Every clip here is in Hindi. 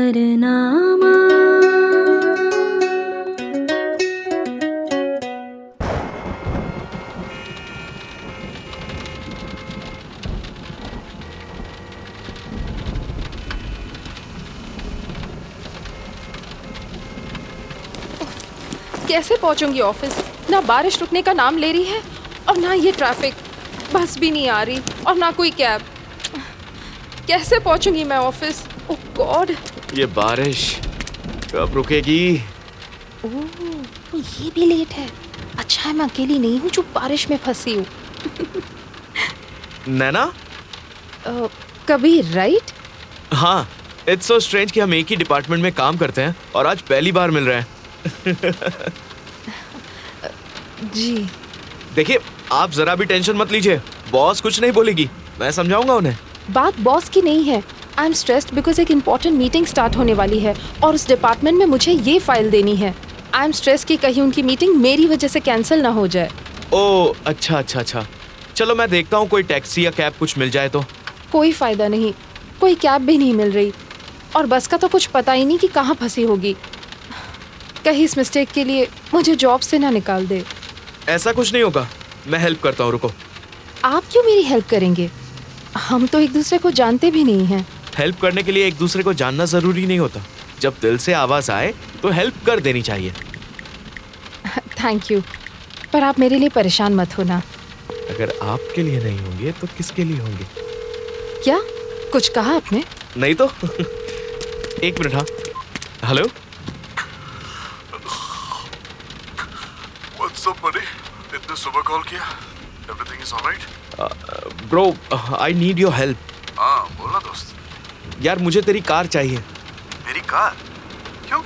सफरनामा कैसे पहुंचूंगी ऑफिस ना बारिश रुकने का नाम ले रही है और ना ये ट्रैफिक बस भी नहीं आ रही और ना कोई कैब कैसे पहुंचूंगी मैं ऑफिस Oh ओह गॉड ये बारिश कब रुकेगी तो ये भी लेट है अच्छा है मैं अकेली नहीं हूँ जो बारिश में फंसी हूँ नैना अ, कभी राइट हाँ इट्स सो स्ट्रेंज कि हम एक ही डिपार्टमेंट में काम करते हैं और आज पहली बार मिल रहे हैं जी देखिए आप जरा भी टेंशन मत लीजिए बॉस कुछ नहीं बोलेगी मैं समझाऊंगा उन्हें बात बॉस की नहीं है आई एम स्ट्रेस्ड बिकॉज एक इंपॉर्टेंट मीटिंग स्टार्ट होने वाली है और उस डिपार्टमेंट में मुझे ये फाइल देनी है आई एम स्ट्रेस कि कहीं उनकी मीटिंग मेरी वजह से कैंसिल ना हो जाए ओ अच्छा अच्छा अच्छा चलो मैं देखता हूँ कोई टैक्सी या कैब कुछ मिल जाए तो कोई फ़ायदा नहीं कोई कैब भी नहीं मिल रही और बस का तो कुछ पता ही नहीं कि कहाँ फंसी होगी कहीं इस मिस्टेक के लिए मुझे जॉब से ना निकाल दे ऐसा कुछ नहीं होगा मैं हेल्प करता हूँ रुको आप क्यों मेरी हेल्प करेंगे हम तो एक दूसरे को जानते भी नहीं हैं हेल्प करने के लिए एक दूसरे को जानना जरूरी नहीं होता जब दिल से आवाज़ आए तो हेल्प कर देनी चाहिए थैंक यू पर आप मेरे लिए परेशान मत होना अगर आपके लिए नहीं होंगे तो किसके लिए होंगे क्या कुछ कहा आपने नहीं तो एक मिनट हाँ हेलो What's up, buddy? इतने सुबह कॉल किया everything is alright bro I need your help हाँ बोलना दोस्त यार मुझे तेरी कार चाहिए मेरी कार क्यों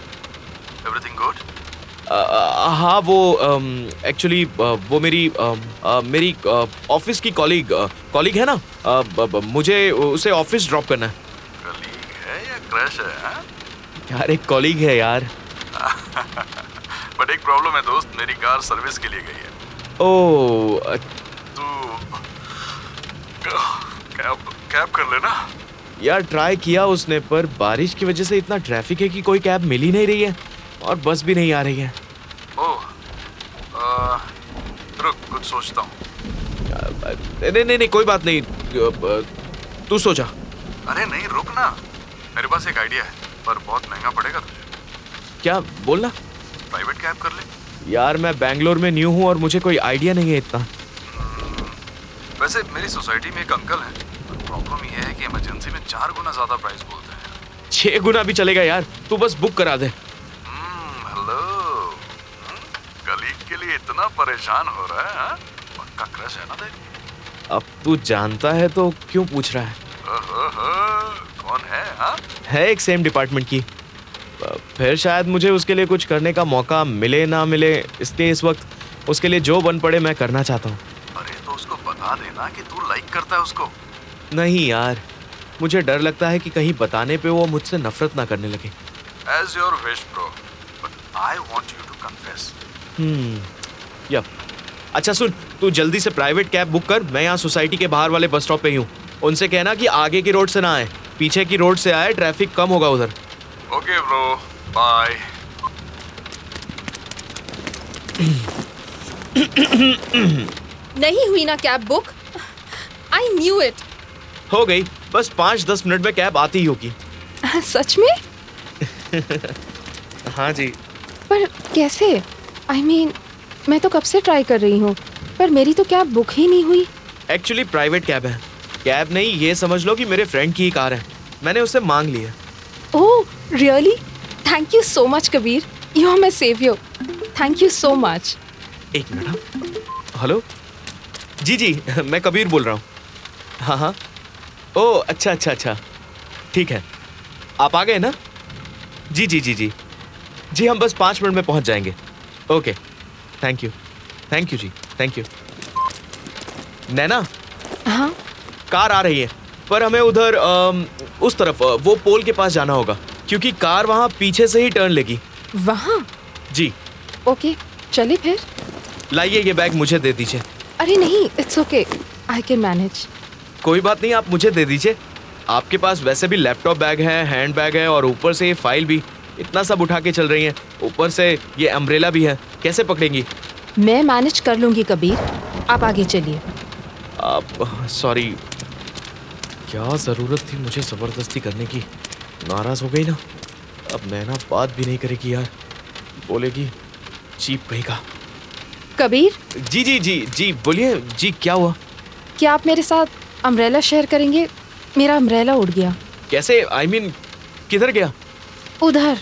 एवरीथिंग गुड अ, अ, हाँ वो एक्चुअली वो मेरी अम, अ, मेरी ऑफिस की कॉलीग कॉलीग है ना अ, ब- ब- मुझे उसे ऑफिस ड्रॉप करना है कलीग है या क्रश है हाँ? यार एक कॉलीग है यार बट एक प्रॉब्लम है दोस्त मेरी कार सर्विस के लिए गई है ओ अ, तो कैब कैब कर लेना यार ट्राई किया उसने पर बारिश की वजह से इतना ट्रैफिक है कि कोई कैब मिल ही नहीं रही है और बस भी नहीं आ रही है ओह आ, रुक कुछ सोचता हूँ नहीं नहीं नहीं कोई बात नहीं अ, अ, तू सोचा अरे नहीं रुक ना मेरे पास एक आइडिया है पर बहुत महंगा पड़ेगा तुझे क्या बोलना प्राइवेट कैब कर ले यार मैं बैंगलोर में न्यू हूँ और मुझे कोई आइडिया नहीं है इतना वैसे मेरी सोसाइटी में एक अंकल है प्रॉब्लम ये है कि इमरजेंसी में चार गुना ज्यादा प्राइस बोलते हैं छः गुना भी चलेगा यार तू बस बुक करा दे हम्म, हेलो कलीग Hmm? के लिए इतना परेशान हो रहा है हाँ? पक्का क्रश है ना तेरी अब तू जानता है तो क्यों पूछ रहा है ओहो कौन है हाँ है एक सेम डिपार्टमेंट की अ, फिर शायद मुझे उसके लिए कुछ करने का मौका मिले ना मिले इसलिए इस वक्त उसके लिए जो बन पड़े मैं करना चाहता हूँ अरे तो उसको बता देना कि तू लाइक करता है उसको नहीं यार मुझे डर लगता है कि कहीं बताने पे वो मुझसे नफरत ना करने लगे as your wish bro but I want you to confess हम्म या अच्छा सुन तू जल्दी से प्राइवेट कैब बुक कर मैं यहाँ सोसाइटी के बाहर वाले बस स्टॉप पे ही हूँ उनसे कहना कि आगे की रोड से ना आए पीछे की रोड से आए ट्रैफिक कम होगा उधर ओके ब्रो बाय नहीं हुई ना cab book I knew it हो गई बस पाँच दस मिनट में कैब आती ही होगी सच में हाँ जी पर कैसे आई I मीन mean, मैं तो कब से ट्राई कर रही हूँ पर मेरी तो कैब बुक ही नहीं हुई एक्चुअली प्राइवेट कैब है कैब नहीं ये समझ लो कि मेरे फ्रेंड की ही कार है मैंने उससे मांग ली है oh really thank you so much Kabir you are my saviour thank you so much एक मिनट हाँ। हेलो जी जी मैं कबीर बोल रहा हूँ हाँ हाँ ओ अच्छा अच्छा अच्छा ठीक है आप आ गए ना जी जी जी जी जी हम बस पाँच मिनट में पहुँच जाएंगे okay thank you thank you जी थैंक यू नैना हाँ कार आ रही है पर हमें उधर अम, उस तरफ अ, वो पोल के पास जाना होगा क्योंकि कार वहाँ पीछे से ही टर्न लेगी वहाँ जी ओके चले फिर लाइए ये बैग मुझे दे दीजिए अरे नहीं it's okay I can manage कोई बात नहीं आप मुझे दे दीजिए आपके पास वैसे भी लैपटॉप बैग है हैंड बैग है और ऊपर से ये फाइल भी इतना सब उठा के चल रही हैं ऊपर से ये अम्ब्रेला भी है कैसे पकड़ेंगी मैं मैनेज कर लूँगी कबीर आप आगे चलिए आप सॉरी क्या ज़रूरत थी मुझे ज़बरदस्ती करने की नाराज़ हो गई ना अब नैना बात भी नहीं करेगी यार बोलेगी चीप कहेगा कबीर जी जी जी जी बोलिए जी क्या हुआ क्या आप मेरे साथ अम्ब्रेला शेयर करेंगे मेरा अम्ब्रेला उड़ गया कैसे आई I मीन mean, किधर गया उधर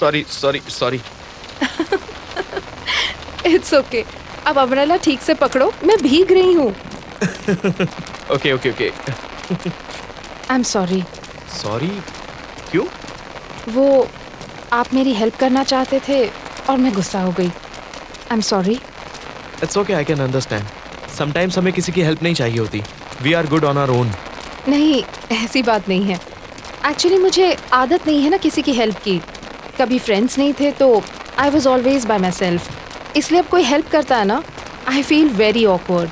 sorry sorry sorry it's okay अब अम्ब्रेला ठीक से पकड़ो मैं भीग रही हूँ okay okay okay I am sorry sorry क्यों वो आप मेरी हेल्प करना चाहते थे और मैं गुस्सा हो गई I am sorry it's okay I can understand sometimes हमें किसी की हेल्प नहीं चाहिए होती we are good on our own नहीं ऐसी बात नहीं है एक्चुअली मुझे आदत नहीं है ना किसी की हेल्प की कभी फ्रेंड्स नहीं थे तो I was always by myself इसलिए अब कोई हेल्प करता है ना आई फील वेरी ऑकवर्ड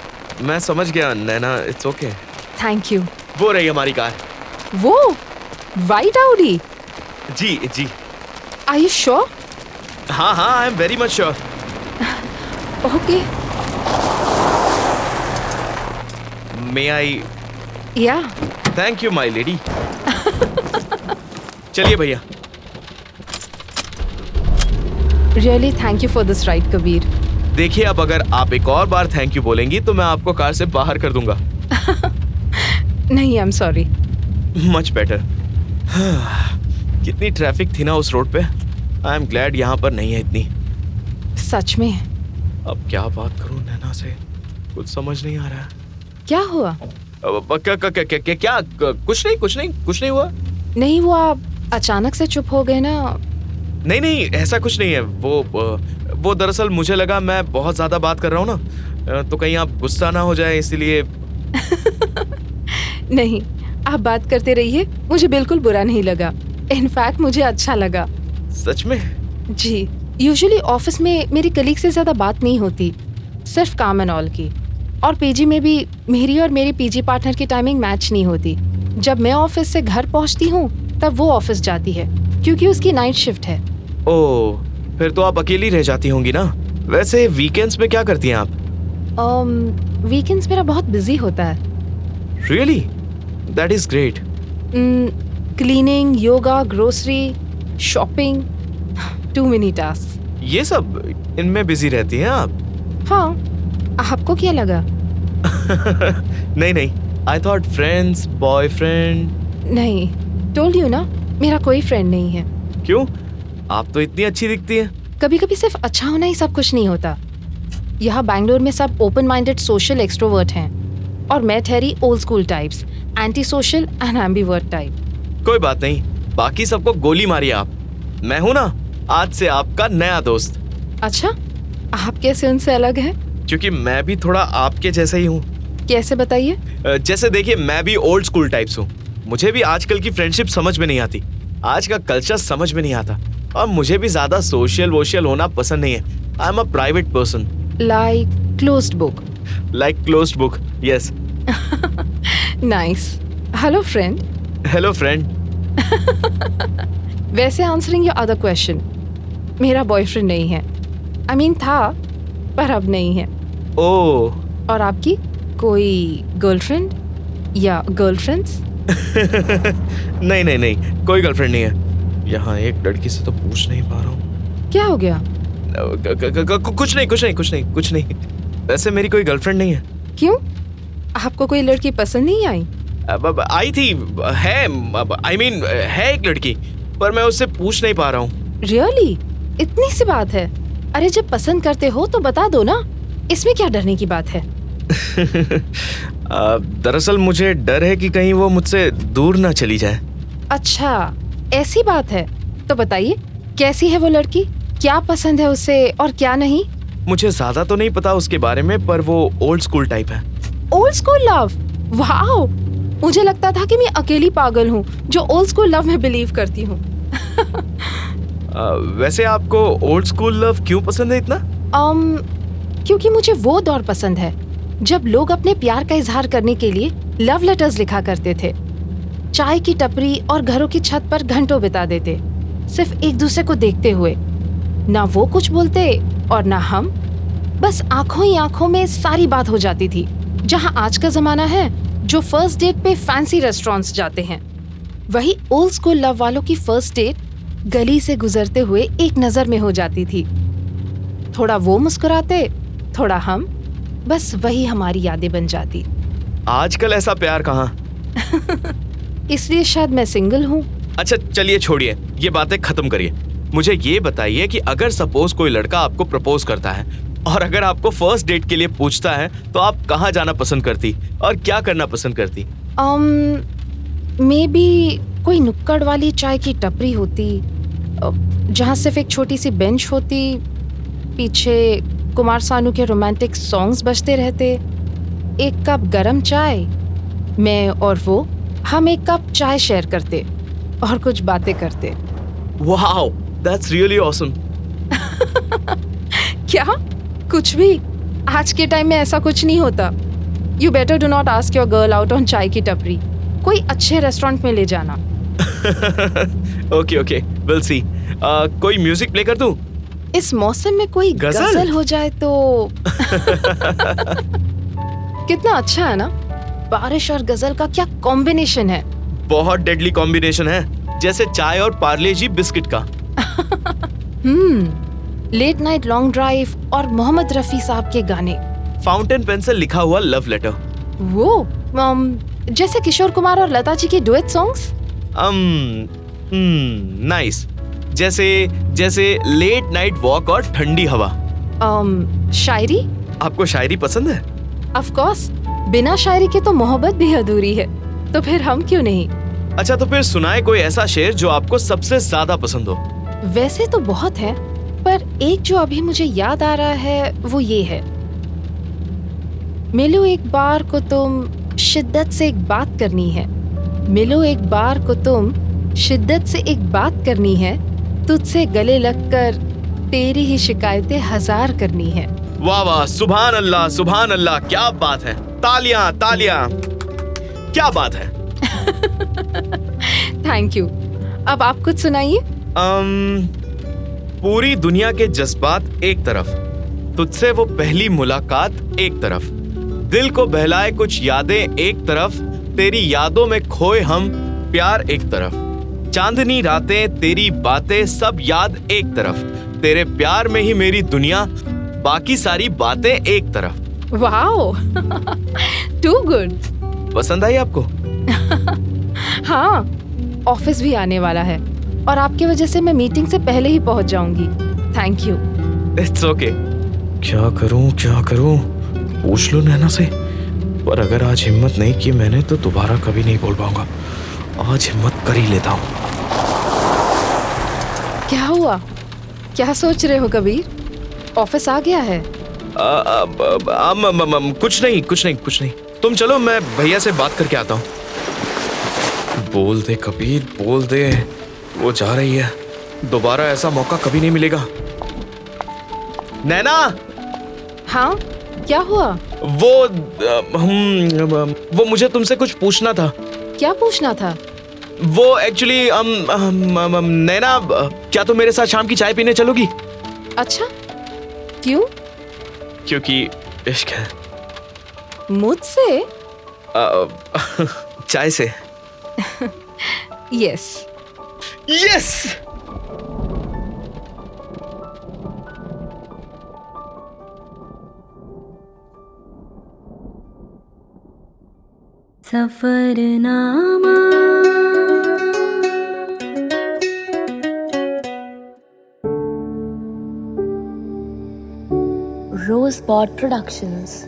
मैं समझ गया Naina it's okay thank you वो रही हमारी कार वो वाइट आउडी जी जी आई यू श्योर हाँ हाँ I am very much sure okay may I yeah thank you my lady चलिए भैया really thank you for this ride Kabir देखिए अब अगर आप एक और बार थैंक यू बोलेंगी तो मैं आपको कार से बाहर कर दूंगा नहीं I am sorry much better कितनी ट्रैफिक थी ना उस रोड पे आई एम ग्लैड यहाँ पर नहीं है इतनी सच में अब क्या बात करूँ नैना से कुछ समझ नहीं आ रहा है क्या हुआ अब- अब क्या क्या क्या क्या- क्या क्या क- कुछ नहीं कुछ नहीं कुछ नहीं हुआ नहीं वो आप अचानक से चुप हो गए ना नहीं नहीं ऐसा कुछ नहीं है वो अ, वो दरअसल मुझे लगा मैं बहुत ज़्यादा बात कर रहा हूँ ना अ, तो कहीं आप गुस्सा ना हो जाए इसीलिए नहीं आप बात करते रहिए मुझे बिल्कुल बुरा नहीं लगा इनफैक्ट मुझे अच्छा लगा सच में जी यूजुअली ऑफिस में मेरी कलीग से ज़्यादा बात नहीं होती सिर्फ काम एंड ऑल की और पीजी में भी मेरी और मेरी पीजी पार्टनर की टाइमिंग मैच नहीं होती जब मैं ऑफिस से घर पहुंचती हूँ तब वो ऑफिस जाती है क्योंकि उसकी नाइट शिफ्ट है ओ फिर तो आप अकेली रह जाती होंगी ना वैसे वीकेंड्स में क्या करती हैं आप वीकेंड्स Um, मेरा बहुत बिजी होता है really that is great Hmm, cleaning yoga grocery shopping too many task ये सब इनमें बिजी रहती हैं आप हाँ आपको क्या लगा नहीं नहीं आई थॉट फ्रेंड्स बॉयफ्रेंड नहीं टोल्ड यू ना मेरा कोई फ्रेंड नहीं है क्यों आप तो इतनी अच्छी दिखती हैं कभी कभी सिर्फ अच्छा होना ही सब कुछ नहीं होता यहाँ बैंगलोर में सब ओपन माइंडेड सोशल एक्सट्रोवर्ट हैं और मैं ठहरी old school types anti social and ambivert type कोई बात नहीं बाकी सबको गोली मारी आप मैं हूं ना आज से आपका नया दोस्त अच्छा आप कैसे उनसे अलग हैं क्योंकि मैं भी थोड़ा आपके जैसा ही हूँ कैसे बताइए जैसे देखिए मैं भी ओल्ड स्कूल टाइप्स हूँ मुझे भी आजकल की फ्रेंडशिप समझ में नहीं आती आज का कल्चर समझ में नहीं आता और मुझे भी ज्यादा सोशल वोशल होना पसंद नहीं है I am a private person like closed book like close book yes nice hello friend hello friend वैसे आंसरिंग योर अदर क्वेश्चन मेरा बॉयफ्रेंड नहीं है आई I मीन mean, था पर अब नहीं है ओ और आपकी कोई गर्लफ्रेंड या गर्लफ्रेंड्स नहीं नहीं नहीं कोई गर्लफ्रेंड नहीं है यहाँ एक लड़की से तो पूछ नहीं पा रहा हूँ क्या हो गया क- क- क- कुछ नहीं कुछ नहीं कुछ नहीं कुछ नहीं वैसे मेरी कोई गर्लफ्रेंड नहीं है क्यों आपको कोई लड़की पसंद नहीं आई अब अब आई थी है आई मीन है एक लड़की पर मैं उससे पूछ नहीं पा रहा हूँ रियली इतनी सी बात है अरे जब पसंद करते हो तो बता दो ना इसमें क्या डरने की बात है अ, दरअसल मुझे डर है कि कहीं वो मुझसे दूर ना चली जाए अच्छा ऐसी बात है तो बताइए कैसी है वो लड़की क्या पसंद है उसे और क्या नहीं मुझे ज़्यादा तो नहीं पता उसके बारे में पर वो ओल्ड स्कूल टाइप है ओल्ड स्कूल लव वाओ मुझे लगता था कि मैं अकेली पागल हूँ जो ओल्ड स्कूल लव में बिलीव करती हूँ अ, वैसे आपको ओल्ड स्कूल लव क्यों पसंद है इतना um, क्योंकि मुझे वो दौर पसंद है जब लोग अपने प्यार का इजहार करने के लिए लव लेटर्स लिखा करते थे चाय की टपरी और घरों की छत पर घंटों बिता देते सिर्फ एक दूसरे को देखते हुए ना वो कुछ बोलते और ना हम बस आंखों ही आंखों में सारी बात हो जाती थी जहाँ आज का जमाना है जो फर्स्ट डेट पे फैंसी रेस्टोरेंट्स जाते हैं वही ओल्ड स्कूल लव वालों की फर्स्ट डेट गली से गुजरते हुए एक नज़र में हो जाती थी थोड़ा वो मुस्कुराते थोड़ा हम बस वही हमारी यादें बन जाती आजकल ऐसा प्यार कहाँ इसलिए शायद मैं सिंगल हूँ अच्छा चलिए छोड़िए ये बातें खत्म करिए मुझे ये बताइए कि अगर सपोज कोई लड़का आपको प्रपोज करता है और अगर आपको फर्स्ट डेट के लिए पूछता है तो आप कहाँ जाना पसंद करती और क्या करना पसंद करती um, मे बी कोई नुक्कड़ वाली चाय की टपरी होती अ, जहाँ सिर्फ एक छोटी सी बेंच होती पीछे कुमार सानू के रोमांटिक सॉन्ग्स बजते रहते एक कप गरम चाय मैं और वो हम एक कप चाय शेयर करते और कुछ बातें करते वाओ दैट्स रियली ऑसम क्या कुछ भी आज के टाइम में ऐसा कुछ नहीं होता you better do not ask your girl out on चाय की टपरी कोई अच्छे रेस्टोरेंट में ले जाना okay okay will see Uh, कोई म्यूजिक प्ले कर दूं इस मौसम में कोई गजल? गजल, हो जाए तो कितना अच्छा है ना बारिश और गजल का क्या कॉम्बिनेशन है बहुत डेडली कॉम्बिनेशन है जैसे चाय और पार्ले जी बिस्किट का हम्म लेट नाइट लॉन्ग ड्राइव और मोहम्मद रफी साहब के गाने फाउंटेन पेन से लिखा हुआ लव लेटर वो um, जैसे किशोर कुमार और लता जी के duet songs um nice Um, hmm, जैसे जैसे लेट नाइट वॉक और ठंडी हवा um, शायरी आपको शायरी पसंद है ऑफ कोर्स बिना शायरी के तो मोहब्बत भी अधूरी है तो फिर हम क्यों नहीं अच्छा तो फिर सुनाए कोई ऐसा शेर जो आपको सबसे ज्यादा पसंद हो वैसे तो बहुत है पर एक जो अभी मुझे याद आ रहा है वो ये है मिलो एक बार को तुम शिद्दत से एक बात करनी है मिलो एक बार को तुम शिद्दत से एक बात करनी है तुझसे गले लगकर तेरी ही शिकायतें हजार करनी है वाह वाह सुभान अल्लाह सुभान अल्लाह क्या बात है तालियां तालियां क्या बात है थैंक यू अब आप कुछ सुनाइए अम, पूरी दुनिया के जज्बात एक तरफ तुझसे वो पहली मुलाकात एक तरफ दिल को बहलाए कुछ यादें एक तरफ तेरी यादों में खोए हम प्यार एक तरफ चांदनी रातें तेरी बातें सब याद एक तरफ तेरे प्यार में ही मेरी दुनिया बाकी सारी बातें एक तरफ वाओ टू गुड पसंद आई आपको हाँ ऑफिस भी आने वाला है और आपकी वजह से मैं मीटिंग से पहले ही पहुंच जाऊंगी थैंक यू इट्स ओके क्या करूं क्या करूं पूछ लो नैना से पर अगर आज हिम्मत नहीं की मैंने तो दोबारा कभी नहीं बोल पाऊंगा आज हिम्मत कर ही लेता हूं क्या हुआ क्या सोच रहे हो कबीर ऑफिस आ गया है आ, आ, ब- आ, म, म, म, कुछ नहीं कुछ नहीं कुछ नहीं तुम चलो मैं भैया से बात करके आता हूँ बोल दे कबीर बोल दे वो जा रही है दोबारा ऐसा मौका कभी नहीं मिलेगा नैना हाँ क्या हुआ वो अ, हम अ, वो मुझे तुमसे कुछ पूछना था क्या पूछना था वो actually um, um, um, um, Naina uh, क्या तुम मेरे साथ शाम की चाय पीने चलोगी अच्छा क्यों क्योंकि इश्क है मुझसे uh, चाय से yes yes Safarnama Rosebud Productions.